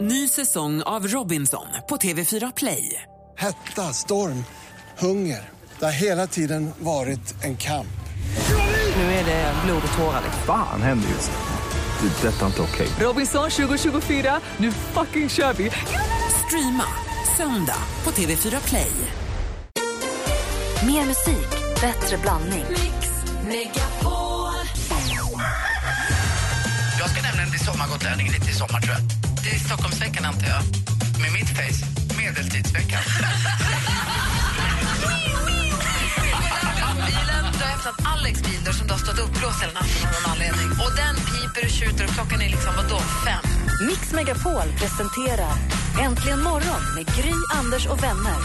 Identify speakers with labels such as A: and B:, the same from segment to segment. A: Ny säsong av Robinson på TV4 Play.
B: Hetta, storm, hunger. Det har hela tiden varit en kamp.
A: Nu är det blod och tårar.
C: Fan händer just nu. Det. är Detta är inte okej.
A: Robinson 2024, nu fucking kör vi! Streama söndag på TV4 Play.
D: Mer musik, bättre blandning.
E: Jag ska nämligen bli sommargotlänning lite i sommar, tror jag. Det är Stockholmsveckan, antar jag. Med mitt face, medeltidsveckan. Bilen, du har öppnat Alex bil där som du har stått uppblåst hela natten av någon anledning. Och den piper och tjuter och klockan är liksom, vadå, fem?
D: Mix Megapol presenterar Äntligen morgon med Gry, Anders och vänner.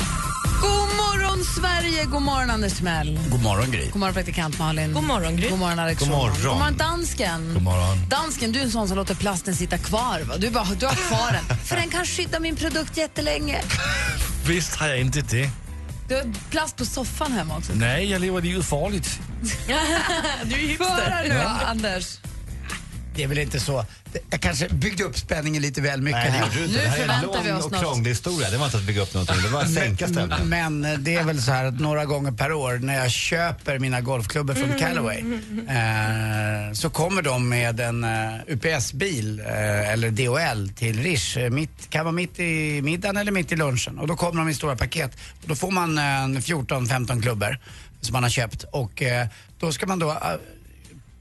E: God morgon, Sverige! God morgon, Anders Mell.
F: God morgon, Gry.
E: God morgon, praktikant Malin. God morgon, Gry. God morgon, Alex.
F: God morgon.
E: God morgon, dansken.
F: God morgon.
E: Dansken, du är en sån som låter plasten sitta kvar. Va? Du, bara, du har kvar den, för den kan skydda min produkt jättelänge.
F: Visst har jag inte det.
E: Du har plast på soffan hemma också.
F: Nej, jag lever livet farligt.
E: Bara nu, Anders.
G: Det är väl inte så. Jag kanske byggde upp spänningen lite väl mycket.
H: Nej, det
G: här.
H: gjorde du inte.
E: Nu
H: det här är en
E: förväntar vi
H: lång
E: oss
H: och
E: något.
H: krånglig historia. Det var inte att bygga upp någonting, det var att sänka stämningen.
G: Men eh, det är väl så här att några gånger per år när jag köper mina golfklubbor från Callaway eh, så kommer de med en eh, UPS-bil eh, eller DHL till Rish. Eh, Mitt, kan vara mitt i middagen eller mitt i lunchen. Och då kommer de i stora paket. Och då får man eh, en 14-15 klubbor som man har köpt. Och eh, då ska man då eh,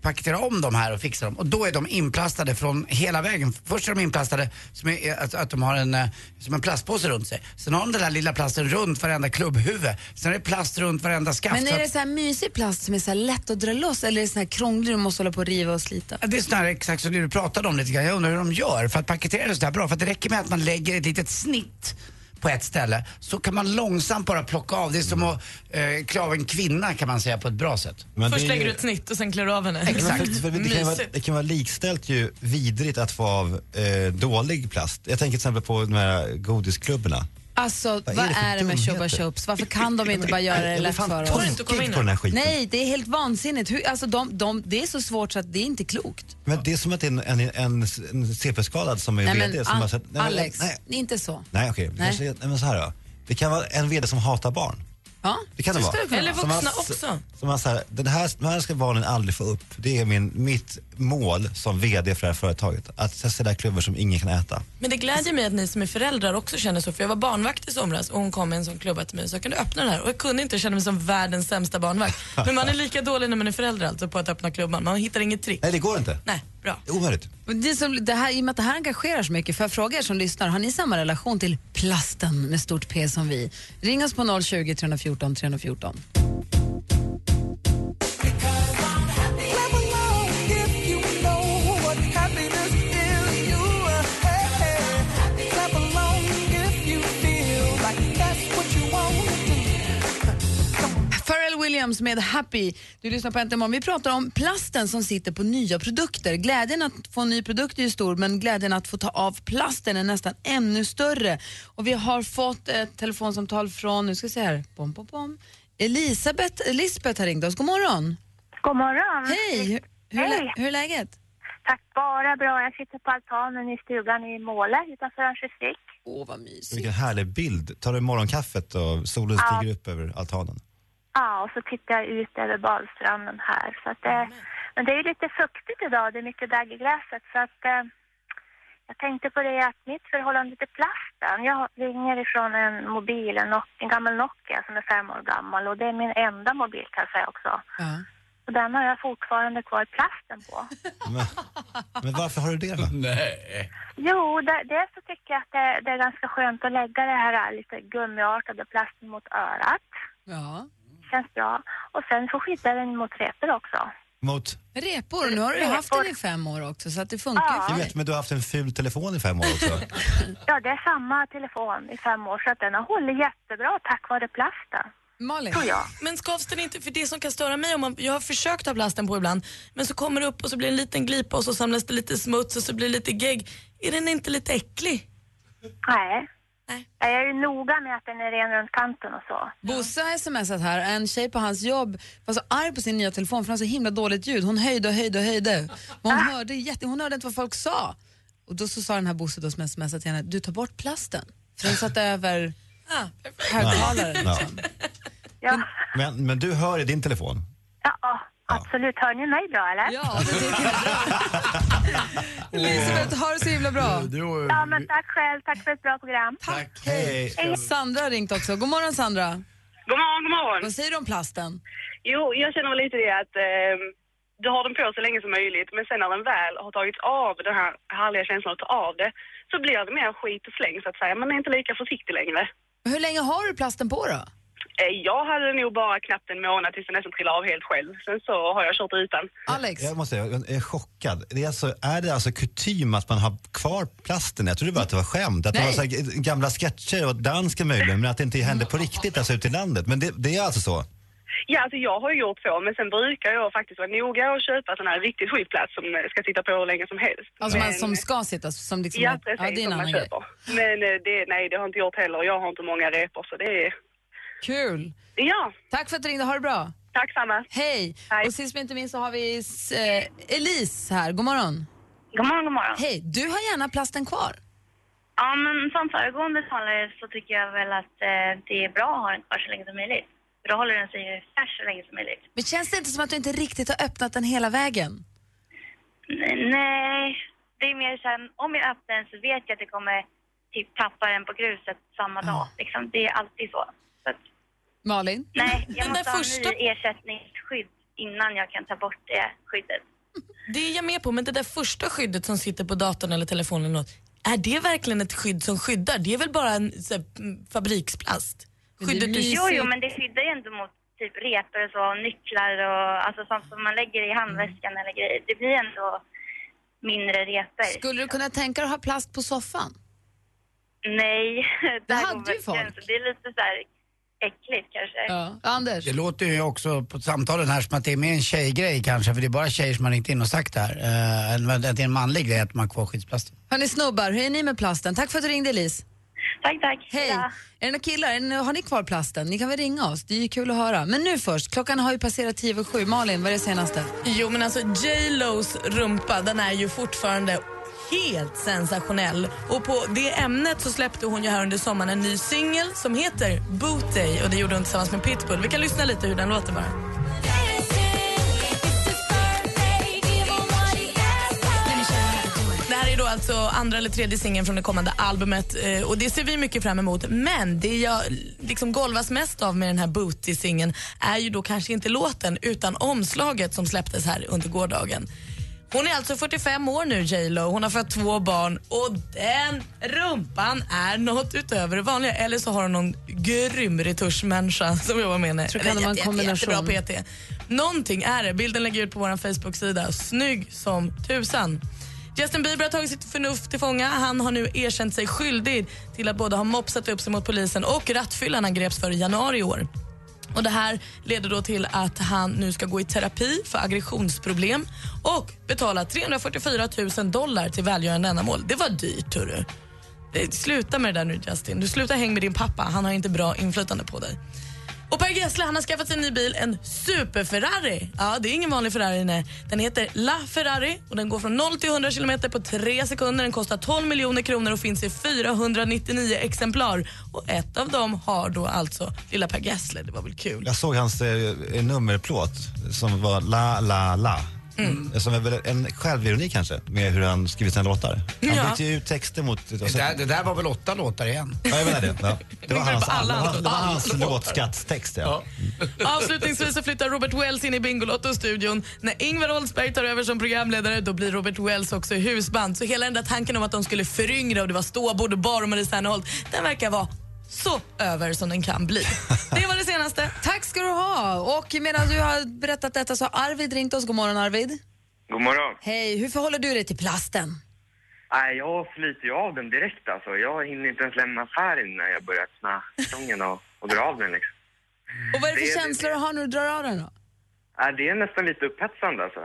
G: paketera om de här och fixa dem. Och då är de inplastade från hela vägen. Först är de inplastade som är, att, att de har en, eh, som en plastpåse runt sig. Sen har de den där lilla plasten runt varenda klubbhuvud. Sen är det plast runt varenda skaft.
E: Men
G: Så
E: är
G: att-
E: det så här mysig plast som är så här lätt att dra loss eller är det så här krånglig du måste hålla på och riva och slita?
G: Ja, Det är snarare exakt som det du pratade om lite grann. Jag undrar hur de gör för att paketera det så här bra. För att det räcker med att man lägger ett litet snitt på ett ställe så kan man långsamt bara plocka av. Det är som att eh, klä av en kvinna kan man säga på ett bra sätt.
H: Men
I: Först
H: det är
I: lägger
H: ju-
I: du ett snitt och sen klär du av henne.
H: Exakt. För det, kan ju vara, det kan vara likställt ju vidrigt att få av eh, dålig plast. Jag tänker till exempel på de här godisklubborna.
E: Alltså, vad,
H: är det för
E: är det med Chupa
H: dumheter?
E: Chups? Varför kan de inte bara göra det lätt för
H: fan
E: oss?
I: inte att komma
H: tokig
I: in
H: på den här skiten.
E: Nej, det är helt vansinnigt. Hur, alltså, de, de, det är så svårt så att det är inte klokt.
H: Men det är som att det är en, en, en, en CP-skadad som är
E: Nej,
H: VD
E: men,
H: som har
E: An-
H: sett... Nej, men-
E: Alex,
H: Nej,
E: inte så.
H: nej okej. Det
E: Nej.
H: kanske är- Nej, men så här då. Det kan vara en VD som hatar barn.
E: Ja.
H: Det kan det
E: Så
H: vara.
E: skulle kunna
I: Eller
E: vara.
H: Som
I: vuxna
H: man-
I: också.
H: Som man så här, den här, de här ska barnen aldrig få upp. Det är min, mitt mål som VD för det här företaget. Att sälja klubbor som ingen kan äta.
I: Men det glädjer mig att ni som är föräldrar också känner så. För jag var barnvakt i somras och hon kom med en sån klubba till mig och sa kan du öppna den här? Och jag kunde inte, jag kände mig som världens sämsta barnvakt. Men man är lika dålig när man är förälder alltså på att öppna klubban. Man hittar inget trick.
H: Nej, det går inte.
I: Nej, bra.
H: Det är omöjligt.
E: Men Det är som, det här, I och med att det här engagerar så mycket, för jag frågar er som lyssnar, har ni samma relation till plasten med stort P som vi? Ring oss på 020 314 314. Pharrell Williams med Happy. Du lyssnar på Äntligen morgon. Vi pratar om plasten som sitter på nya produkter. Glädjen att få en ny produkt är ju stor men glädjen att få ta av plasten är nästan ännu större. Och vi har fått ett telefonsamtal från, nu ska vi se här, bom, bom, bom. Elisabeth, Elisabeth har ringt oss. God morgon.
J: God morgon.
E: Hej! Hur, hur, är lä-
J: Hej.
E: hur är läget?
J: Tack bara bra. Jag sitter på altanen i stugan i Måle utanför Örnsköldsvik.
E: Åh, vad mysigt.
H: Vilken härlig bild. Tar du morgonkaffet och solen
J: Ja.
H: stiger upp över altanen?
J: Ja, och så tittar jag ut över badstranden här. Så att det, men det är ju lite fuktigt idag. Det är mycket dagg i gräset. Så att, eh, jag tänkte på det att mitt förhållande till plasten. Jag ringer ifrån en mobil, en, Nokia- en gammal Nokia som är fem år gammal. Och det är min enda mobil kan jag säga också.
E: Ja.
J: Och den har jag fortfarande kvar plasten på.
H: Men, men varför har du det då?
G: Nej.
J: Jo, det- dels så tycker jag att det, det är ganska skönt att lägga det här lite gummiartade plasten mot örat.
E: ja.
J: Känns bra. Och sen så skyddar den mot repor också.
H: Mot,
E: Repor, nu har du ju haft den i fem år också så att det funkar ju för
J: Ja.
H: jag
E: dig.
H: vet, men du har haft en ful telefon i fem år också.
J: Ja, det är samma telefon i fem år så att den har hållit jättebra tack vare plasten,
E: Malin?
J: tror jag.
I: Men skavs den inte? För det som kan störa mig, om man, jag har försökt ha plasten på ibland, men så kommer det upp och så blir det en liten glipa och så samlas det lite smuts och så blir det lite gegg. Är den inte lite äcklig?
J: Nej.
I: Nej.
J: Jag är ju noga med att den är ren runt kanten och så.
E: Bosse har smsat här, en tjej på hans jobb var så arg på sin nya Ah. telefon för den har så himla dåligt ljud. Hon höjde och höjde och höjde. Men Hon, hörde, jätte, hon hörde inte vad folk sa. Och då så sa den här Bosse då som smsade till henne, du tar bort plasten. För den satt över Ah, högtalaren.
H: Ja.
E: Liksom.
J: Ja,
H: Men, men du hör i din telefon?
J: ja, absolut. Hör ni mig bra eller?
E: Ja, det tycker jag är bra. Elisabeth, ha det så himla bra.
G: Du,
J: Ja, men tack själv. Tack för ett bra program.
G: tack, hej.
E: Sandra har ringt också. God morgon Sandra.
K: God morgon, god morgon.
E: Vad säger du om plasten?
K: Jo, jag känner väl lite det att eh, du har den på så länge som möjligt men sen när den väl har tagits av, den här härliga känslan att ta av det, så blir det mer skit och släng så att säga. Man är inte lika försiktig längre.
E: Hur länge har du plasten på då?
K: Eh, jag hade nog bara knappt en månad tills den nästan trillade av helt själv. Sen så har jag kört utan.
E: Alex?
H: Jag måste säga, jag är chockad. Det är, alltså, är det alltså kutym att man har kvar plasten? Jag trodde bara att det var skämt. Att det
E: Nej.
H: var så här, g- gamla sketcher och danska möjligen, men att det inte händer på riktigt alltså, ute i landet. Men det, det är alltså så?
K: Ja, alltså jag har ju gjort så, men sen brukar jag faktiskt vara noga och köpa sån här riktigt skitplats som eh, ska sitta på hur länge som helst.
E: Alltså man
K: Men-
E: som ska sitta, som liksom...
K: Ja, precis.
E: ja det är en
K: som
E: annan
K: man
E: grej.
K: köper. Men eh, det, nej, det har jag inte gjort heller. Jag har inte många repor, så det är...
E: Kul!
K: Ja,
E: Tack för att du ringde, ha det bra.
K: tack samma.
E: Hej!
K: Hej.
E: Och sist men inte minst så har vi eh, Elise här, god morgon.
J: God morgon, god morgon.
E: Hej, du har gärna plasten kvar.
J: Ja, men som föregående talare så tycker jag väl att eh, det är bra att ha den kvar så länge som möjligt. För då håller den sig ju färs så länge som möjligt.
E: Men känns det inte som att du inte riktigt har öppnat den hela vägen?
J: N- nej, det är mer så här, om jag öppnar den så vet jag att jag kommer typ tappa den på gruset samma
E: Ah.
J: dag. Liksom, det är alltid så. så att,
E: Malin?
J: nej, jag
I: den där
J: måste ha
I: första-
J: ny ersättningsskydd innan jag kan ta bort det skyddet.
I: Det är jag med på, men det där första skyddet som sitter på datorn eller telefonen eller något, är det verkligen ett skydd som skyddar? Det är väl bara en så här, mm, fabriksplast?
E: det är
I: Skyddet du
J: Jo, jo, men det skyddar ju ändå mot typ repor och så, och nycklar och alltså sånt som man lägger i handväskan eller grejer. Det blir ändå mindre repor.
E: Skulle du kunna tänka dig att ha plast på soffan?
J: Nej, där
E: hade
J: går
E: ju
J: väl
E: folk.
J: gränsen. Det är lite så här äckligt kanske.
E: Ja. Anders?
G: Det låter ju också på samtalen här som att det är mer en tjejgrej kanske, för det är bara tjejer som har ringt in och sagt det här. Eh, än att det är en manlig grej att man har kvar skyddsplasten.
E: Hörni snubbar, hur är ni med plasten? Tack för att du ringde Elise.
J: Tack, tack.
E: Hej!
J: Ja.
E: Är det några killar? Är det nå- Har ni kvar plasten? Ni kan väl ringa oss? Det är ju kul att höra. Men nu först, klockan har ju passerat tio över sju. Malin, vad är det senaste?
I: Jo men alltså J. Lo's rumpa den är ju fortfarande helt sensationell. Och på det ämnet så släppte hon ju här under sommaren en ny singel som heter Boot Day och det gjorde hon tillsammans med Pitbull. Vi kan lyssna lite hur den låter bara. Det här är då alltså andra eller tredje singeln från det kommande albumet eh, och det ser vi mycket fram emot. Men det jag liksom golvas mest av med den här Booty-singeln är ju då kanske inte låten utan omslaget som släpptes här under gårdagen. Hon är alltså 45 år nu J Lo. hon har fått två barn och den rumpan är något utöver det vanliga. Eller så har hon någon grym retuschmänniska som jobbar med henne.
E: Tror kan
I: Eller
E: det vara en
I: jätte, jätte, jättebra
E: kombination.
I: på PT. Någonting är det. Bilden lägger jag ut på vår Facebook-sida. Snygg som tusan. Justin Bieber har tagit sitt förnuft till fånga. Han har nu erkänt sig skyldig till att både ha mopsat upp sig mot polisen och rattfyllan han greps för i januari i år. Och Det här leder då till att han nu ska gå i terapi för aggressionsproblem och betala 344 000 dollar till välgörande ändamål. Det var dyrt, hörru. Det- Sluta med det där nu, Justin. Du slutar häng med din pappa. Han har inte bra inflytande på dig. Och Per Gessle han har skaffat sig en ny bil, en super-Ferrari. Ja, det är ingen vanlig Ferrari. Nej. Den heter La Ferrari och den går från 0 till 100 kilometer på 3 sekunder. Den kostar 12 miljoner kronor och finns i 499 exemplar. Och ett av dem har då alltså lilla Per Gessle. Det var väl kul?
H: Jag såg hans eh, nummerplåt som var La La La.
I: Mm.
H: Som är väl en självironi kanske, med hur han skrivit sina låtar. Han
I: Ja.
H: bytte ju ut texter mot...
G: Det där, det där var väl åtta låtar igen?
H: Ja, jag menar det. Ja. Det var
I: menar
H: hans,
I: på alla
H: det var,
I: andra-
H: det var hans
I: alla låtar.
H: låtskattstext. Ja.
I: Avslutningsvis så flyttar Robert Wells in i Bingolotto-studion. När Ingvar Oldsberg tar över som programledare då blir Robert Wells också husband. Så hela den där tanken om att de skulle föryngra och det var ståbord och bar och Marie Serneholt, den verkar vara så över som den kan bli. Det var det senaste.
E: Tack ska du ha! Och medan du har berättat detta så har Arvid ringt oss. God morgon Arvid.
K: God morgon.
E: Hej, hur förhåller du dig till plasten?
K: Nej, jag flyter ju av den direkt alltså. Jag hinner inte ens lämna affären innan jag börjar öppna kartongen och, och dra av den liksom.
E: Och vad är det
K: Det
E: för
K: är det.
E: känslor du har när du drar av den då?
K: Nej, det är nästan lite upphetsande alltså.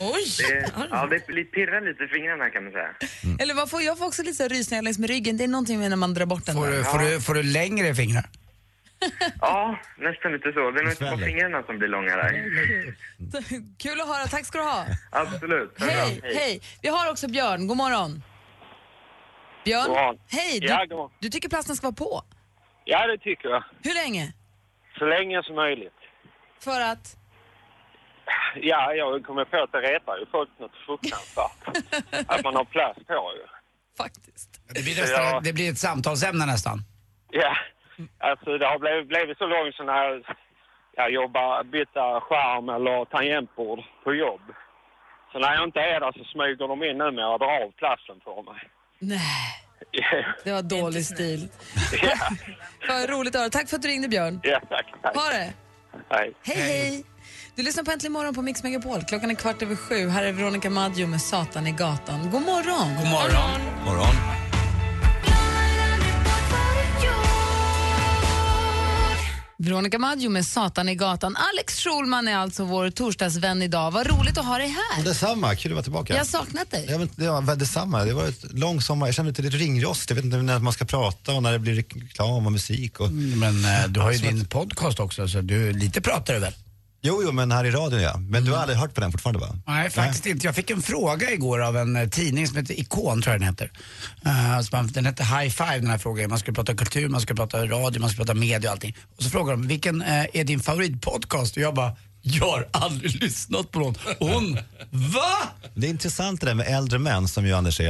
I: Oj!
K: Det, ja, det blir- pirrar lite i fingrarna kan man säga.
E: Eller vad får, jag får också lite så här rysningar längs med ryggen. Det är någonting med när man drar bort den.
G: Får
E: där.
G: du, får du, får du längre fingrar?
K: Ja, nästan lite så. Det är nog inte på
H: Sväller.
K: fingrarna som blir långa där.
E: Kul att höra, tack ska du ha.
K: Absolut.
E: Hej, hej. Vi har också Björn, god morgon. Björn,
L: God morgon.
E: hej!
L: Ja,
E: Du,
L: god morgon.
E: du tycker plasten ska vara på?
L: Ja, det tycker jag.
E: Hur länge?
L: Så länge som möjligt.
E: För att?
L: Ja, jag kommer på att det retar ju folk något fruktansvärt. att man har plast på ju.
G: Det blir, nästan,
L: Ja.
G: det blir ett samtalsämne nästan.
L: Ja, alltså det har blivit, blivit så långt så när jag jobbar, byta skärm eller tangentbord på jobb. Så när jag inte är där så smyger de in nu med att dra av plasten för mig.
E: Nej, det var dålig stil. Vad roligt att höra. Tack för att du ringde, Björn.
L: ja, tack. tack.
E: Ha det!
L: Hej.
E: Hej, hej! Du lyssnar på Äntligen morgon på Mix Megapol. Klockan är kvart över sju. Här är Veronica Maggio med Satan i gatan. God morgon!
G: God morgon.
H: Morgon.
E: Veronica Maggio med Satan i gatan. Alex Schulman är alltså vår torsdagsvän idag. Vad roligt att ha dig här.
H: Detsamma, kul att vara tillbaka.
E: Jag har saknat dig.
H: Ja, men, ja, väl detsamma. Det var ett lång sommar. Jag känner inte det är ett ringrost. Jag vet inte när man ska prata och när det blir reklam och musik. Och...
G: Men eh, du har ju din podcast också så du, lite pratar du väl?
H: Jo, jo, men här i radion ja. Men du har aldrig hört på den fortfarande va?
G: Nej, faktiskt inte. Jag fick en fråga igår av en eh, tidning som heter Ikon, tror jag den heter. Eh, som man, den hette High Five, den här frågan. Man skulle prata kultur, man skulle prata radio, man skulle prata media och allting. Och så frågade de, vilken eh, är din favoritpodcast? Och jag bara, jag har aldrig lyssnat på någon. Och hon, va?
H: Det är intressant det där med äldre män som ju Anders är.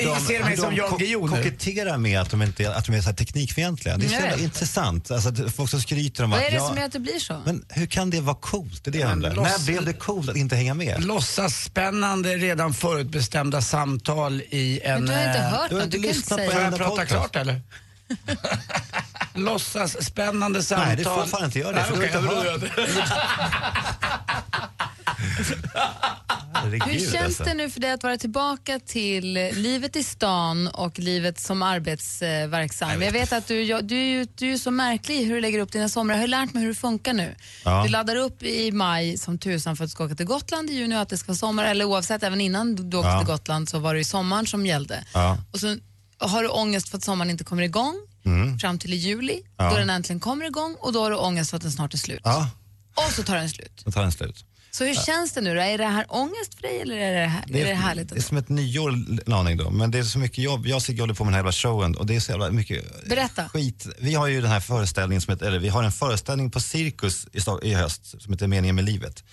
G: Ingen ser mig
H: hur
G: som
H: de
G: Jan
H: ko-
G: Guillou nu.
H: koketterar med att de, inte, att de är så här teknikfientliga. Det är så
E: Nej.
H: jävla intressant. Alltså, att folk som skryter om
E: Vad
H: att...
E: är det
H: ja,
E: som gör att det blir så?
H: Men hur kan det vara coolt? Det är det jag
G: Men
H: undrar.
G: låts-
H: När blev det coolt att inte hänga med?
G: Låtsas spännande redan förutbestämda samtal i en...
E: Men du har inte
G: eh,
E: hört Du har något, inte du kan inte lyssnat på säga. en
G: Får jag
H: enda
G: prata
H: podcast?
G: klart eller? Låtsas spännande samtal.
H: Nej, det får fan inte göra det,
G: Nej,
H: för du har
G: okej,
H: inte
G: jag
H: hört.
G: vet.
H: Herregud,
E: Hur känns
H: alltså.
E: det nu för dig att vara tillbaka till eh, livet i stan och livet som arbetsverksam? Jag vet att du, jag, du, är ju, du är ju så märklig i hur du lägger upp dina somrar. Jag har lärt mig hur det funkar nu.
M: Ja.
E: Du laddar upp i maj som tusan för att du ska åka till Gotland i juni och att det ska vara sommar. Eller oavsett, även innan du åkte
M: Ja.
E: till Gotland så var det ju sommaren som gällde.
M: Ja.
E: Och så har du ångest för att sommaren inte kommer igång
M: Mm.
E: fram till i juli
H: Ja.
E: då den äntligen kommer igång och då har du ångest för att den snart är slut.
H: Ja,
E: Och så tar den slut.
H: då tar den slut.
E: Så hur känns det nu då? Är det här ångest för dig eller är det, här, är det härligt?
H: det är som ett nyår, en aning då. Men det är så mycket jobb. Jag sitter och håller på med den här jävla showen och det är så jävla mycket
E: Berätta.
H: skit. Vi har ju den här föreställningen, som heter, eller vi har en föreställning på Cirkus i, sta- i höst som heter Meningen med livet.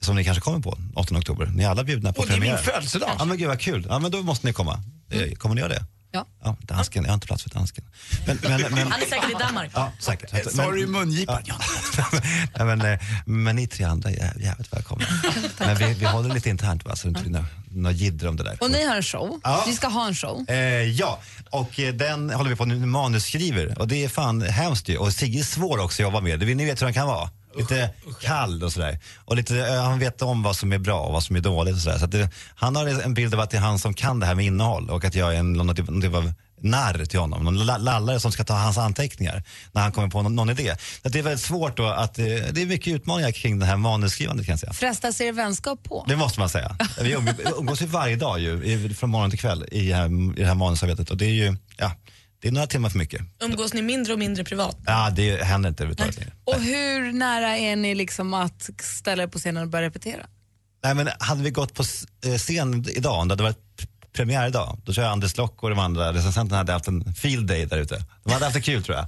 H: Som ni kanske kommer på 8 oktober. Ni är alla bjudna på
G: Och det är min
H: premiär.
G: födelsedag. Mm.
H: Ja men gud vad kul. Ja men då måste ni komma. Eh, Kommer ni göra det?
E: Ja.
H: Ja, dansken. Jag har inte plats för dansken. Men, men, men,
I: Han är säkert i Danmark.
H: Ja, säkert.
G: Eh, sa du i mungipan?
H: Ja. Nej, men, eh, men ni tre andra är jävligt välkomna. Men vi, vi håller lite internt va, så det inte blir nå- något jidder om det där.
E: Och ni har en show.
H: Ja.
E: Vi ska ha en show.
H: Eh, ja, och eh, den håller vi på nu manusskriver och det är fan hemskt ju. Och Sigge är svår också att jobba med. Det- Ni vet hur han kan vara. Lite kall och sådär. Och lite, eh, han vet om vad som är bra och vad som är dåligt och sådär. Så att det, han har en bild av att det är han som kan det här med innehåll och att jag är en, någon, typ, någon typ av narr till honom. Någon la- lallare som ska ta hans anteckningar när han kommer på någon, någon idé. Så att det är väldigt svårt då att, eh, det är mycket utmaningar kring det här manusskrivandet kan jag säga.
E: Frestas er vänskap på?
H: Det måste man säga. Vi umg- umgås ju varje dag ju, i- från morgon till kväll i, det här- i det här manusarbetet. Och det är ju, ja, det är några timmar för mycket.
I: Umgås ni mindre och mindre privat?
H: Ja, det händer inte överhuvudtaget längre.
E: Och hur nära är ni liksom att ställa er på scenen och börja repetera?
H: Nej, men hade vi gått på s- eh, scen idag, om det hade varit p- premiär idag, då tror jag Anders Lock och de andra recensenterna hade haft en field day där ute. De hade haft det kul tror jag.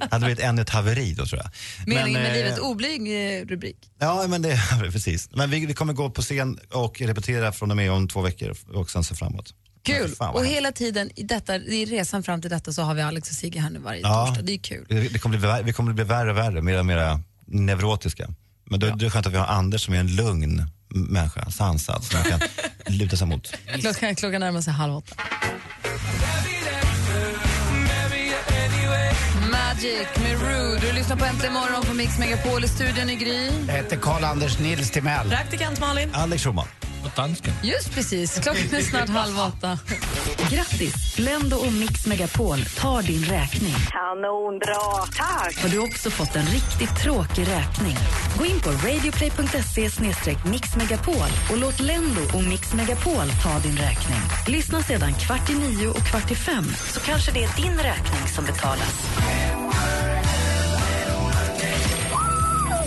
H: Det hade blivit ännu ett haveri då tror jag.
E: Meningen med
H: eh,
E: livet, oblyg eh, rubrik.
H: Ja, men det, precis. Men vi, vi kommer gå på scen och repetera från och med om två veckor och sen så framåt.
E: Kul!
H: Fan, vad
E: och
H: hemskt.
E: hela tiden i, detta, i resan fram till detta så har vi Alex och Sigge här nu varje torsdag. Det är kul.
H: Det, det kommer bli, vär- vi kommer bli värre och värre, mera och mera neurotiska. Men då är det skönt att vi har Anders som är en lugn m- människa, sansad, som man kan luta sig mot.
E: Klockan, klockan närmar sig halv åtta. Magic med Rude. Du lyssnar på Äntligen morgon på Mix Megapol i studion i Gry.
G: Jag heter Karl-Anders Nils Timell.
E: Praktikant Malin.
H: Alex Schulman.
F: Och dansken.
E: Just precis, klockan är snart halv åtta.
D: Grattis! Blendo och Mix Megapol tar din räkning.
J: Kanonbra. Tack!
D: Har du också fått en riktigt tråkig räkning? Gå in på radioplay.se mixmegapol och låt Lendo och Mix Megapol ta din räkning. Lyssna sedan kvart i nio och kvart i fem så kanske det är din räkning som betalas.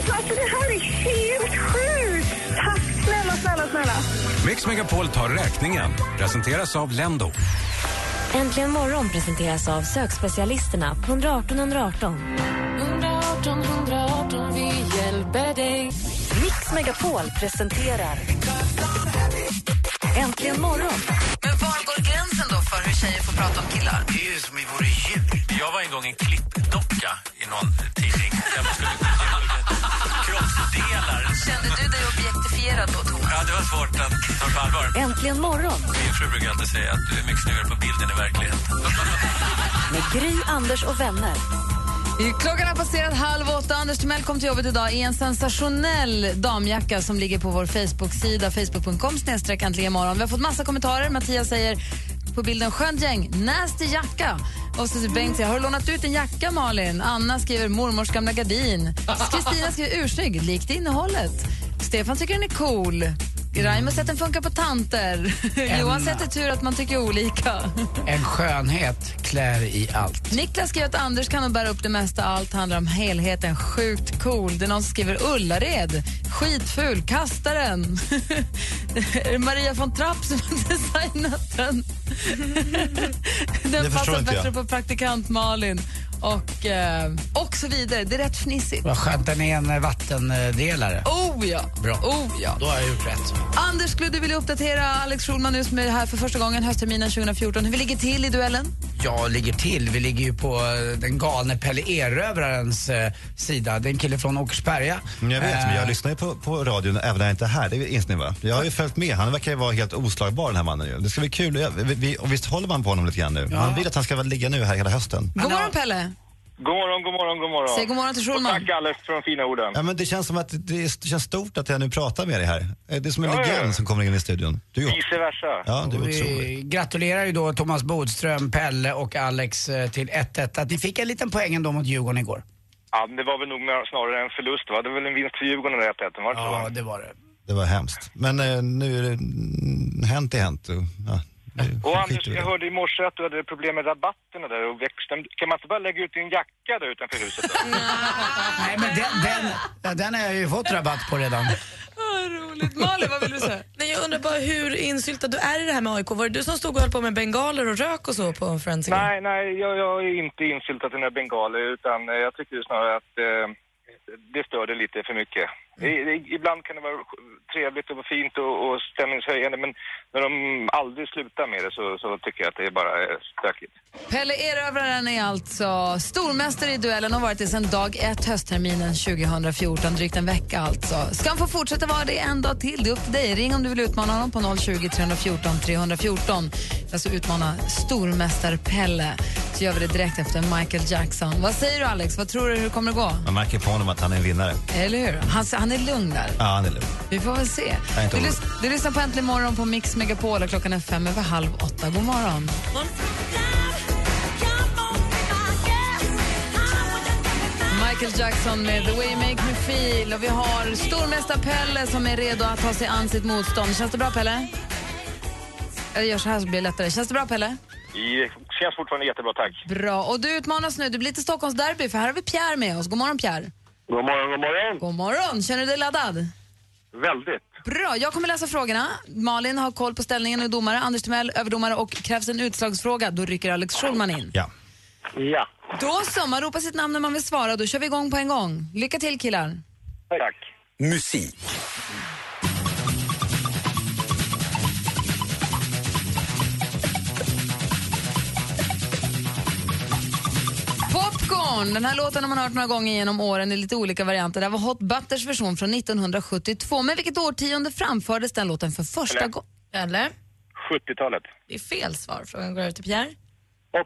J: Alltså det här är helt sjukt! Tack snälla, snälla, snälla.
N: Mix Megapol tar räkningen. Presenteras av Lendo.
M: Äntligen morgon presenteras av sökspecialisterna på 118 118.
N: 118 118, vi hjälper dig.
D: Mix Megapol presenterar Äntligen morgon.
E: Men var går gränsen då för hur tjejer får prata om killar?
O: Det är ju som i våra djur. Jag var en gång en klippdocka i någon tidning. Där man skulle kroppsdelar.
E: Kände du dig objektifierad då, Thomas?
O: Ja, det var svårt att ta på allvar.
D: Äntligen morgon
O: Min fru brukar alltid säga att du är mycket snyggare på bilden i verkligheten.
D: med Gry, Anders och vänner.
E: I- Klockan har passerat halv åtta. Anders Timell kom till jobbet idag i en sensationell damjacka som ligger på vår Facebook-sida, facebook.com snedstreck äntligen morgon. Vi har fått massa kommentarer. Mattias säger på bilden skönt gäng, nasty jacka. Och så säger Bengt, har du lånat ut en jacka Malin? Anna skriver mormors gamla gardin. Kristina skriver ursnygg, likt innehållet. Stefan tycker den är cool. Raimo säger att den funkar på tanter. Johan sätter tur att man tycker olika.
G: En skönhet klär i allt.
E: Niklas skriver att Anders kan nog bära upp det mesta. Allt handlar om helheten. Sjukt cool. Det är någon som skriver Ullared. Skitful. Kasta den. Är det Maria von Trapp som har designat den.
P: Det
E: den
P: förstår
E: passar
P: inte jag.
E: bättre på praktikant Malin. Och, eh, och så vidare. Det är rätt fnissigt.
G: Vad skönt, den är en eh, vattendelare.
E: Oh ja.
G: Bra.
E: Oh ja.
G: Då har jag gjort rätt.
E: Anders, skulle du vilja uppdatera Alex Schulman nu som är här för första gången höstterminen 2014? Hur vi ligger till i duellen?
G: Jag ligger till. Vi ligger ju på eh, den galne Pelle Erövrarens eh, sida. Det är en kille från Åkersberga.
H: Men Jag vet,
G: Eh,
H: men jag lyssnar ju på, på radion även när jag inte är här. Det inser ni va? Jag har ju följt med. Han verkar ju vara helt oslagbar den här mannen ju. Det ska bli kul. Jag- Vi, vi, och visst håller man på honom lite grann nu? Man vill att han ska väl ligga nu här hela hösten.
E: God morgon, Pelle.
L: God morgon, god morgon, god morgon.
E: Säg god morgon till Schulman.
L: Och tack Anders för de fina orden.
H: Ja, men det känns som att det, är, det känns stort att jag nu pratar med dig här. Eh, Det är som en
L: Ja, ja, ja.
H: legend som kommer in i studion. Du är ju-
L: Vice versa.
H: Ja, du är otrolig.
G: Vi gratulerar ju då Thomas Bodström, Pelle och Alex eh, till 1-1. Att ni fick en liten poäng ändå mot Djurgården igår.
L: Ja, men det var väl nog mer- snarare en förlust va? Det var väl en vinst för Djurgården i 1-1, var det
G: Ja, det var det.
H: Det var hemskt. Men eh, nu är det... mm, Hänt är hänt. Och, Ja, nu
L: Och
H: skiter
L: Anders,
H: vi i
L: jag
H: det.
L: hörde i morse att du hade problem med rabatterna där och växten. Kan man inte bara lägga ut din jacka där utanför huset? Då?
G: Nej, men den, den, ja, den har jag ju fått rabatt på redan.
E: Malin, vad vill du säga?
I: Nej, jag undrar bara hur insyltad du är i det här med AIK. Var det du som stod och höll på med bengaler och rök och så på Friends igår?
L: Nej, nej, jag, jag är inte insyltad till några bengaler utan eh, jag tycker snarare att eh, det stör det lite för mycket. I, i, ibland kan det vara trevligt och fint och, och stämningshöjande men när de aldrig slutar med det så, så tycker jag att det är bara eh, stökigt.
E: Pelle Erövraren är alltså stormästare i duellen och har varit det sedan dag ett höstterminen 2014, drygt en vecka alltså. Ska han få fortsätta vara det en dag till? Det är upp till dig. Ring om du vill utmana honom på 020 314 314. Alltså utmana stormästare Pelle. Så gör vi det direkt efter Michael Jackson. Vad säger du Alex? Vad tror du hur kommer det gå?
H: Man märker på honom att han är en vinnare.
E: Eller hur? Han, han är lugn där.
H: Ja, han är lugn.
E: Vi får väl se.
H: Jag är inte
E: Du,
H: orolig.
E: lys- du lyssnar på Äntligen morgon på Mix Megapol och klockan är fem över halv åtta. God morgon. Michael Jackson med The Way You Make Me Feel. Och vi har stormästare Pelle som är redo att ta sig an sitt motstånd. Känns det bra, Pelle? Jag gör så här så blir det lättare. Känns det bra, Pelle?
L: I, känns fortfarande jättebra, tack.
E: Bra. Och du utmanas nu. Det blir lite Stockholmsderby, för här har vi Pierre med oss. God morgon, Pierre.
L: God morgon, god morgon.
E: God morgon. Känner du dig laddad?
L: Väldigt.
E: Bra, jag kommer läsa frågorna. Malin har koll på ställningen och domare. Anders Timell överdomare och krävs en utslagsfråga, då rycker Alex Schulman in.
H: Ja.
L: Ja.
E: Då så, man ropar sitt namn när man vill svara. Då kör vi igång på en gång. Lycka till killar.
L: Tack.
Q: Musik.
E: Popcorn! Den här låten har man hört några gånger genom åren i lite olika varianter. Det här var Hot Butters version från 1972. Men vilket årtionde framfördes den låten för första gången?
I: Eller?
L: 70-talet.
I: Det är fel svar. Frågan går över till Pierre.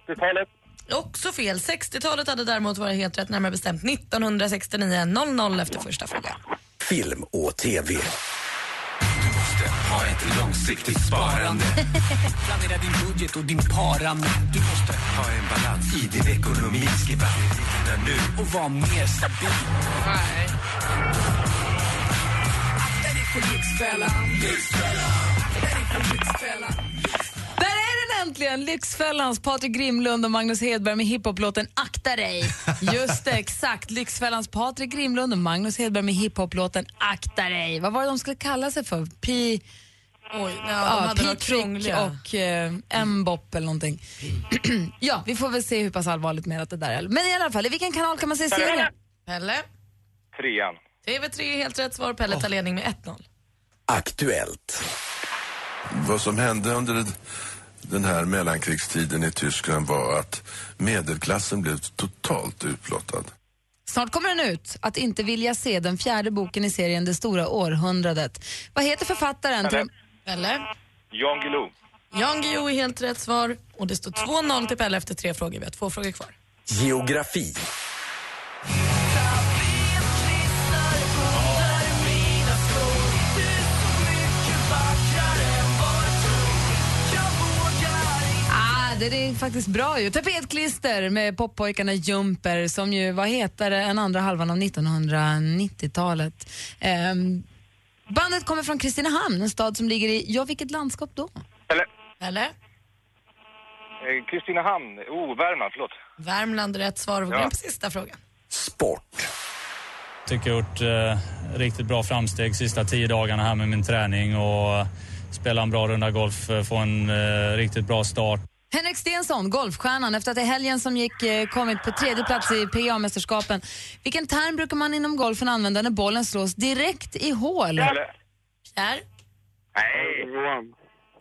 L: 80-talet.
I: Också fel. 60-talet hade däremot varit helt rätt, närmare bestämt 1969. 0-0 efter första frågan.
Q: Film och TV.
O: Ha ett långsiktigt sparande. Planera din budget och din parande. Du måste ha en balans i din ekonomi. Skippa utgifterna nu och var mer stabil.
I: Nej.
E: Där är den äntligen! Lyxfällans Patrik Grimlund och Magnus Hedberg med hiphoplåten Akta dig. Just det, exakt. Lyxfällans Patrik Grimlund och Magnus Hedberg med hiphoplåten Akta dig. Vad var det de skulle kalla sig för? Pi...
I: Oj, nej, de
E: Ja,
I: hade några
E: Pitrick
I: krångliga.
E: och eh, Mbop eller någonting. ja, vi får väl se hur pass allvarligt menat det där är. Men i alla fall, i vilken kanal kan man se
I: Pelle.
E: serien?
I: Pelle.
L: Trean.
I: TV3 helt rätt svar. Pelle tar ledning med 1-0.
R: Aktuellt. Vad som hände under den här mellankrigstiden i Tyskland var att medelklassen blev totalt utblottad.
E: Snart kommer den ut, Att inte vilja se, den fjärde boken i serien Det stora århundradet. Vad heter författaren? till-
I: Pelle. Pelle.
L: Jan Guillou.
I: Jan Guillou är helt rätt svar. Och det står 2-0 till Pelle efter tre frågor. Vi har två frågor kvar.
Q: Geografi.
E: Ah, det är faktiskt bra ju. Tapetklister med poppojkarna Jumper som ju var hetare än andra halvan av 1990-talet. Ehm, bandet kommer från Kristinehamn, en stad som ligger i, ja vilket landskap då?
L: Eller?
I: Eller?
L: Eh, Kristinehamn. Oh, Värmland, förlåt.
I: Värmland är rätt svar. Vi går in på sista frågan.
S: tycker jag har gjort eh, riktigt bra framsteg sista tio dagarna här med min träning och eh, spela en bra runda golf, eh, få en eh, riktigt bra start.
E: Henrik Stenson, golfstjärnan, efter att i helgen som gick eh, kommit på tredje plats i PGA-mästerskapen. Vilken term brukar man inom golfen använda när bollen slås direkt i hål?
I: Pierre?
L: Nej.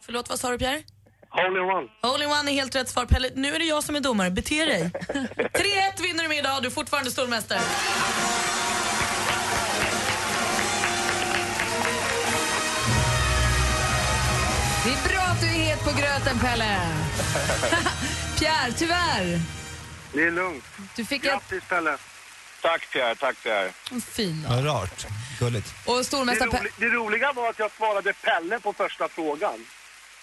I: Förlåt, vad sa du Pierre?
L: Hole in one.
I: Hole in one är helt rätt svar. Pelle, nu är det jag som är domare. Bete dig. 3-1 vinner du med idag. Du är fortfarande stormästare.
E: Det är bra att du är het på gröten, Pelle. Pierre, tyvärr.
L: Det är lugnt.
E: Du fick
L: Grattis, Pelle. Tack, Pierre. Tack, Pierre.
E: en fin.
H: Vad rart. Gulligt.
E: Och stormästare
T: det, roli- det roliga var att jag svarade Pelle på första frågan.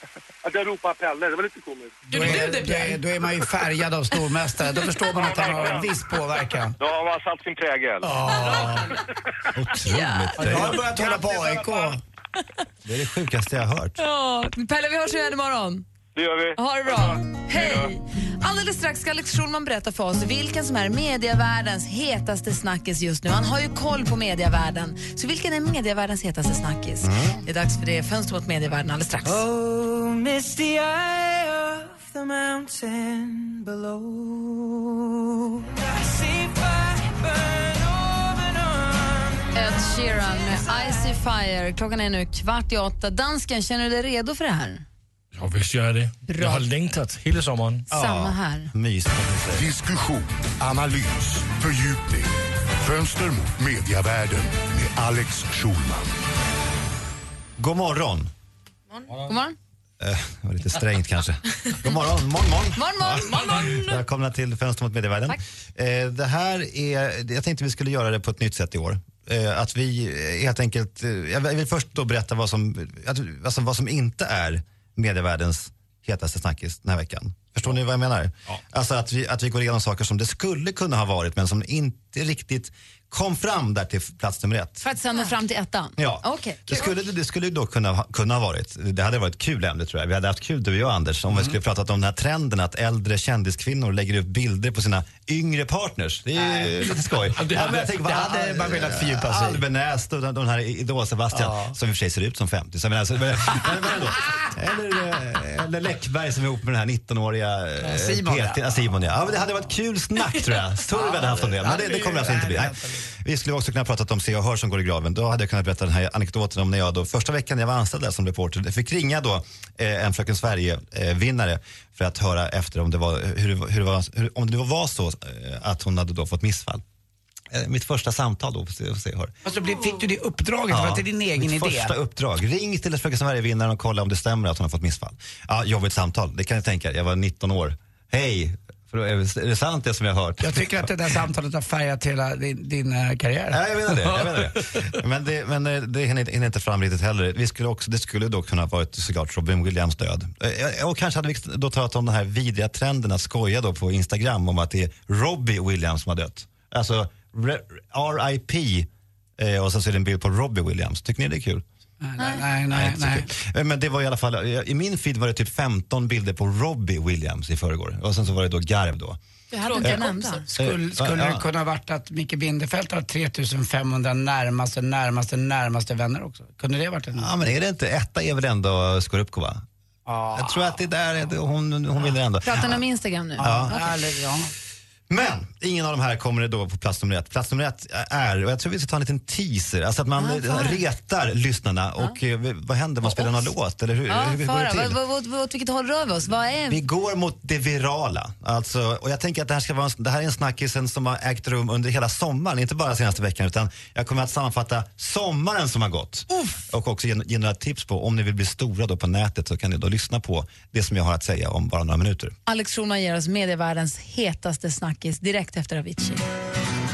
T: Att jag ropade Pelle, det var lite komiskt.
G: Då är, då, är, då är man ju färgad av stormästare. Då förstår man att han har en viss påverkan.
L: Då har man satt sin prägel.
G: Ja, jag har börjat hålla på AIK.
H: Det är det sjukaste jag har hört.
E: Ja, Pelle, vi hörs igen imorgon.
L: Det gör vi.
E: Ha det bra. Hej! Alldeles strax ska Alex Schulman berätta för oss vilken som är medievärldens hetaste snackis just nu. Han har ju koll på medievärlden. Så vilken är medievärldens hetaste snackis? Det är dags för det. Fönster mot medievärlden alldeles strax.
P: Oh, miss the eye of the mountain below. I see fire burn over and on.
E: Ed Sheeran med Icy Fire. Klockan är nu kvart i åtta. Dansken, känner du dig redo för det här?
F: Ja, visst gör jag det. Jag har längtat hela sommaren.
E: Samma här.
H: Mys.
U: Diskussion, analys, fördjupning. Fönster mot mediavärlden med Alex Schulman.
H: God morgon.
E: God morgon.
H: Eh, det var lite strängt kanske. God morgon, morgon, morgon. Välkomna till Fönster mot medievärlden. Eh, det här är, jag tänkte vi skulle göra det på ett nytt sätt i år. Eh, att vi eh, helt enkelt, eh, jag vill först då berätta vad som, att, alltså vad som inte är medievärldens hetaste snackis den här veckan. Förstår ni vad jag menar? Alltså att vi, att vi går igenom saker som det skulle kunna ha varit men som inte riktigt kom fram där till plats nummer ett.
E: För att sen nå fram till ettan?
H: Ja.
E: Okej.
H: Det skulle, det skulle ju då kunna, ha- kunna ha varit, det hade varit ett kul ämne tror jag. Vi hade haft kul du och jag Anders om vi
G: Mm.
H: skulle pratat om den här trenden att äldre kändiskvinnor lägger upp bilder på sina yngre partners. Det är ju lite skoj.
G: Det hade- det hade man velat fördjupa sig i.
H: Albenäs och den, den här Idol-Sebastian som i och för sig ser ut som 50. Så, men alltså, men, men, men ändå. eller, eh, eller Läckberg som är ihop med den här 19-åriga eh,
G: Simon,
H: PT ja. Simon ja. ja men det hade varit kul snack tror jag. Surr vi hade haft om det. Men det, det kommer alltså inte bli. Nej. Vi skulle också kunna prata om Se och Hör som går i graven. Då hade jag kunnat berätta den här anekdoten om när jag då första veckan jag var anställd där som reporter jag fick ringa då eh, en Fröken Sverige-vinnare för att höra efter om det var, hur, det- hur det var, hur, om det var så eh, att hon hade då fått missfall. Eh, Mitt första samtal då på Se Se och Hör.
G: Alltså, blev- fick du det uppdraget? Var det din egen
H: mitt
G: idé?
H: första uppdrag. Ring till Fröken Sverige-vinnaren och kolla om det stämmer att hon har fått missfall. Ja, jobbigt samtal, det kan jag tänka. Jag var 19 år. Hej! För då är det- är det sant det som jag har hört?
G: Jag tycker att det där samtalet har färgat hela din, din eh, karriär.
H: Ja, jag menar det. Jag menar det. Men det, men eh, det hinner hinner inte fram riktigt heller. Vi skulle också, det skulle då kunna ha varit såklart Robin Williams död. Eh, Och kanske hade vi då talat om den här vidriga trenden att skoja då på Instagram om att det är Robbie Williams som har dött. Alltså re- RIP eh, och sen så är det en bild på Robbie Williams. Tycker ni det är kul?
G: Nej, nej, nej.
H: det är
G: nej.
H: inte så kul. Eh, Men det var i alla fall, eh, i min feed var det typ 15 bilder på Robbie Williams i förrgår. Och sen så var det då garv då.
E: Det hade
H: Tråkiga
E: inte
H: kompisar.
E: nämnt.
G: Skulle,
H: Eh,
G: skulle
H: ja.
G: det kunna varit att Micke Bindefeld har 3500 närmaste, närmaste, närmaste vänner också? Kunde det varit en...
H: Ja men är det inte, etta är väl ändå Skorupkova? Jag tror att det där, är- hon, hon vinner ändå.
E: Pratar ni om Instagram nu?
H: Ja.
E: Okej.
H: Men ingen av de här kommer då på plats nummer ett. Plats nummer ett är, och jag tror vi ska ta en liten teaser, alltså att man
E: Ja, fan.
H: retar lyssnarna och eh, vad händer om man spelar någon låt? Eller hur,
E: Ja,
H: hur går det
E: fara.
H: till?
E: Vad- vad- vad- Åt vilket håll rör vi oss? Vad är...
H: Vi går mot det virala. Alltså, och jag tänker att det här, ska vara en, det här är en snackisen som har ägt rum under hela sommaren, inte bara senaste veckan utan jag kommer att sammanfatta sommaren som har gått. Och också ge, ge några tips på, om ni vill bli stora då på nätet så kan ni då lyssna på det som jag har att säga om bara några minuter.
E: Alex Schulman ger oss medievärldens hetaste snackis direkt efter Avicii.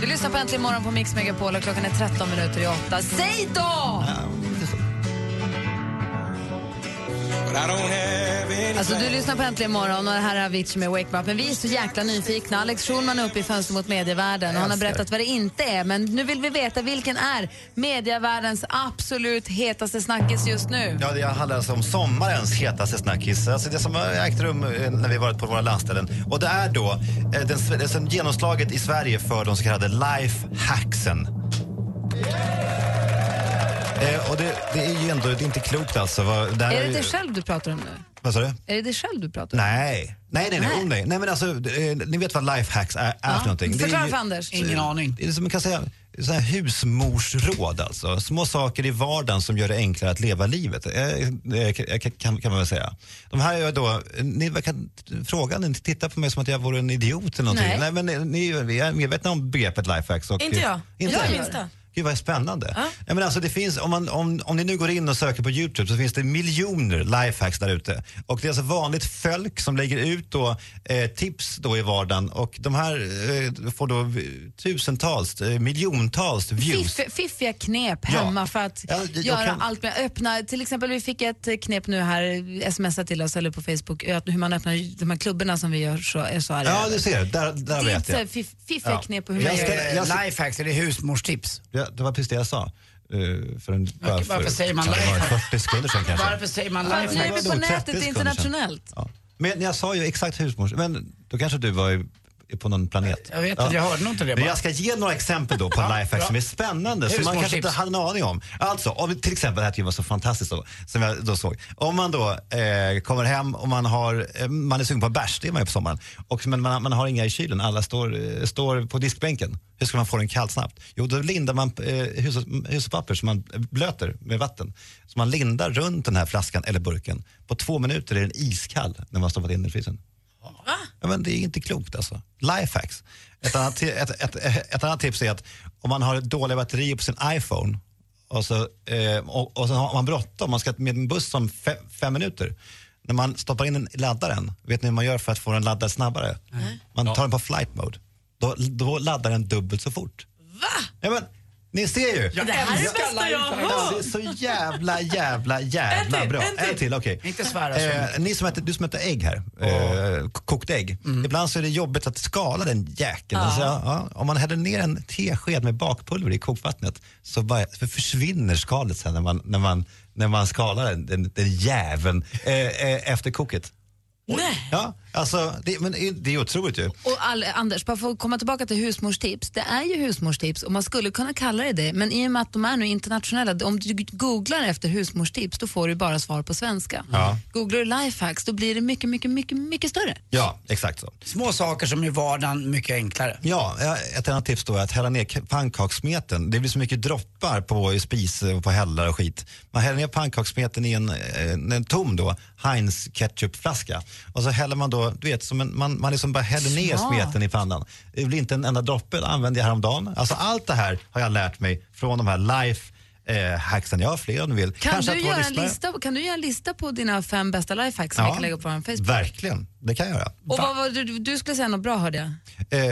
E: Du lyssnar på Äntligen morgon på Mix Megapol och klockan är 13 minuter i 8. Säg då! Alltså du lyssnar på Äntligen morgon och det här är Avicii med Wake Me Up. Men vi är så jäkla nyfikna. Alex Schulman är uppe i Fönster mot medievärlden och han har
B: Älskar.
E: berättat vad det inte är. Men nu vill vi veta vilken är medievärldens absolut hetaste snackis just nu?
H: Ja, det handlar alltså om sommarens hetaste snackis. Alltså det som har ägt rum eh, när vi varit på våra landställen. Och det är då eh, den, sve- det som genomslaget i Sverige för de så kallade lifehacksen. Eh, och det, det är ju ändå det är inte klokt alltså. Vad, det här
E: Är det
H: ju-
E: dig själv du pratar om nu?
H: Vad sa du?
E: Är det dig själv du pratar om?
H: Nej. Nej, nej, nej.
E: Nej.
H: Nej. nej. nej men alltså, eh, ni vet vad lifehacks är, är för någonting. Det är
E: Förklara
H: ju-
E: för Anders.
G: Ingen aning.
H: Eh, Det är som man kan säga så här husmorsråd alltså. Små saker i vardagen som gör det enklare att leva livet. Eh, eh, kan- Kan, kan man väl säga. De här är då, eh, ni verkar fråga ni tittar på mig som att jag vore en idiot eller någonting.
I: Nej.
H: Nej. men eh, ni, ni är medvetna om begreppet lifehacks. Och,
I: Inte jag.
H: Inte
I: jag
H: jag.
I: minns det.
H: Gud vad spännande. Ja, men alltså det finns, om, man, om, om ni nu går in och söker på Youtube så finns det miljoner lifehacks där ute. Och det är alltså vanligt folk som lägger ut då, eh, tips då i vardagen och de här eh, får då v- tusentals, eh, miljontals views.
E: Fiff, fiffiga knep
H: Ja.
E: hemma för att
H: Ja, jag- jag
E: göra
H: kan-
E: allt med öppna. Till exempel vi fick ett knep nu här, smsa till oss eller på Facebook, att hur man öppnar de här klubborna som vi gör så, är så arga
H: Ja,
E: över.
H: du ser. Där,
E: Det är
H: där vet
E: inte
H: jag.
E: så här fiff, fiffiga
H: Ja.
E: knep på hur man
H: Jag ska-
E: gör.
H: jag ska-
G: Lifehacks, är det husmorstips?
H: Ja, det var precis det jag sa. Eh, för en,
G: varför säger man
H: kan det vara
G: lifehack?
H: 40 sekunder sedan kanske.
G: Varför säger man
E: Varför är
G: lifehacks?
E: vi på
H: vadå, 30
E: nätet? Det är
H: sekunder sedan.
E: internationellt.
H: Men jag sa ju exakt husmors... Men då kanske du var i- på någon planet.
G: Jag vet inte, jag hörde nog inte det
H: Men
G: bara.
H: jag ska ge några exempel då på lifehacks som är spännande som man
G: Husmorstips.
H: kanske inte hade en aning om. Alltså, om, till exempel, det här tyckte jag var så fantastiskt då, som jag då såg. Om man då eh, kommer hem och man, har, eh, man är sugen på bärs, det är man ju på sommaren, och, men man, man har inga i kylen, alla står, eh, står på diskbänken. Hur ska man få den kall snabbt? Jo, då lindar man eh, hushålls- hushållspapper som man blöter med vatten. Så man lindar runt den här flaskan eller burken. På två minuter är den iskall när man stoppat in den i frysen. Ja, men det är inte klokt alltså. Lifehacks. Ett annat, ti- ett, ett, ett annat tips är att om man har dåliga batterier på sin iPhone och så, eh, och, och så har man bråttom, man ska med en buss om fe, fem minuter. När man stoppar in den i laddaren, vet ni hur man gör för att få den laddad snabbare? Man tar den på flight mode. Då, då laddar den dubbelt så fort. Va? Ja, men, ni ser ju.
G: Jag Det här är det älskar bästa jag har lifehacks. hört.
H: Ja, Det är så jävla, jävla, jävla bra. En till, okej.
G: Inte svära så mycket.
H: Eh, ni som äter, du som äter ägg här, eh, k- kokt ägg.
G: Mm.
H: Ibland så är det jobbigt att skala den jäkeln.
V: Ja.
H: Alltså, ja, ja, om man häller ner en tesked med bakpulver i kokvattnet så bara, för försvinner skalet sen när man, när man, när man skalar den, den, den jäveln eh, eh, efter koket. Nej. Ja, alltså, det, men det är- det är otroligt ju.
E: Och all, Anders, bara för att komma tillbaka till husmorstips. Det är ju husmorstips och man skulle kunna kalla det det, men i och med att de är nu internationella, om du googlar efter husmorstips då får du bara svar på svenska.
H: Ja.
E: Googlar du lifehacks då blir det mycket, mycket, mycket, mycket större.
H: Ja, exakt så.
G: Små saker som i vardagen mycket enklare.
H: Ja, eh, ett annat tips då är att hälla ner k- pannkakssmeten. Det blir så mycket droppar på i spis och på hällar och skit. Man häller ner pannkakssmeten i en, eh, en, en tom då, Heinz ketchupflaska. Och så häller man då, du vet, som en, man, man liksom bara häller ner
V: Smart.
H: smeten i pannan. Det blir inte en enda droppe, det använde jag häromdagen. Alltså allt det här har jag lärt mig från de här life eh, hacksen. Jag har fler om du vill.
E: Kan
H: Kanske
E: du,
H: att våra
E: göra en
H: lyssnare-
E: lista, kan du göra en lista på dina fem bästa lifehacks som
H: Ja,
E: vi kan lägga upp på vår Facebook?
H: Verkligen, det kan jag göra.
E: Och vad, var- du, du skulle säga något bra hörde jag,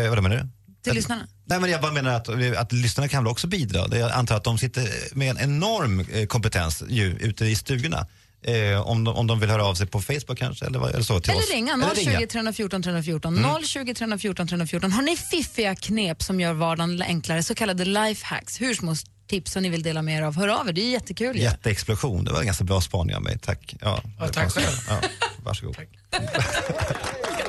H: Eh, vad menar du?
E: till lyssnarna.
H: Nej, men jag bara menar att, att lyssnarna kan väl också bidra. Det- Jag antar att de sitter med en enorm eh, kompetens ju, ute i stugorna. Eh, om, de, om de vill höra av sig på Facebook kanske eller, vad- eller så till oss.
E: Eller ringa 020 314 314.
H: Mm.
E: 020 314 314. Har ni fiffiga knep som gör vardagen enklare, så kallade lifehacks, husmors- tips som ni vill dela med er av, hör av er. Det är jättekul. ju.
H: Jätteexplosion. Det var en ganska bra spaning av mig. Tack. Ja,
E: Ja, tack själv.
H: Ja, varsågod. Tack.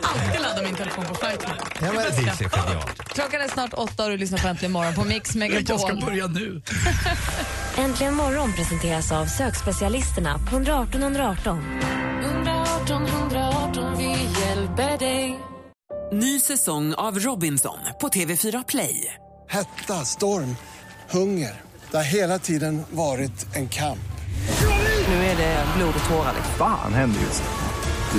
W: Alltid ladda min telefon på flight mode.
H: Ja, men det är genialt.
E: Klockan är snart åtta och du lyssnar på Äntligen morgon på Mix Megapol.
X: Jag ska
G: börja nu.
X: Äntligen morgon presenteras av sökspecialisterna på 118 118.
Y: 118 118, vi hjälper dig.
K: Ny säsong av Robinson på TV4 Play.
O: Hetta, storm, hunger. Det har hela tiden varit en kamp.
K: Nu är det blod och tårar. liksom.
Z: Fan händer just det.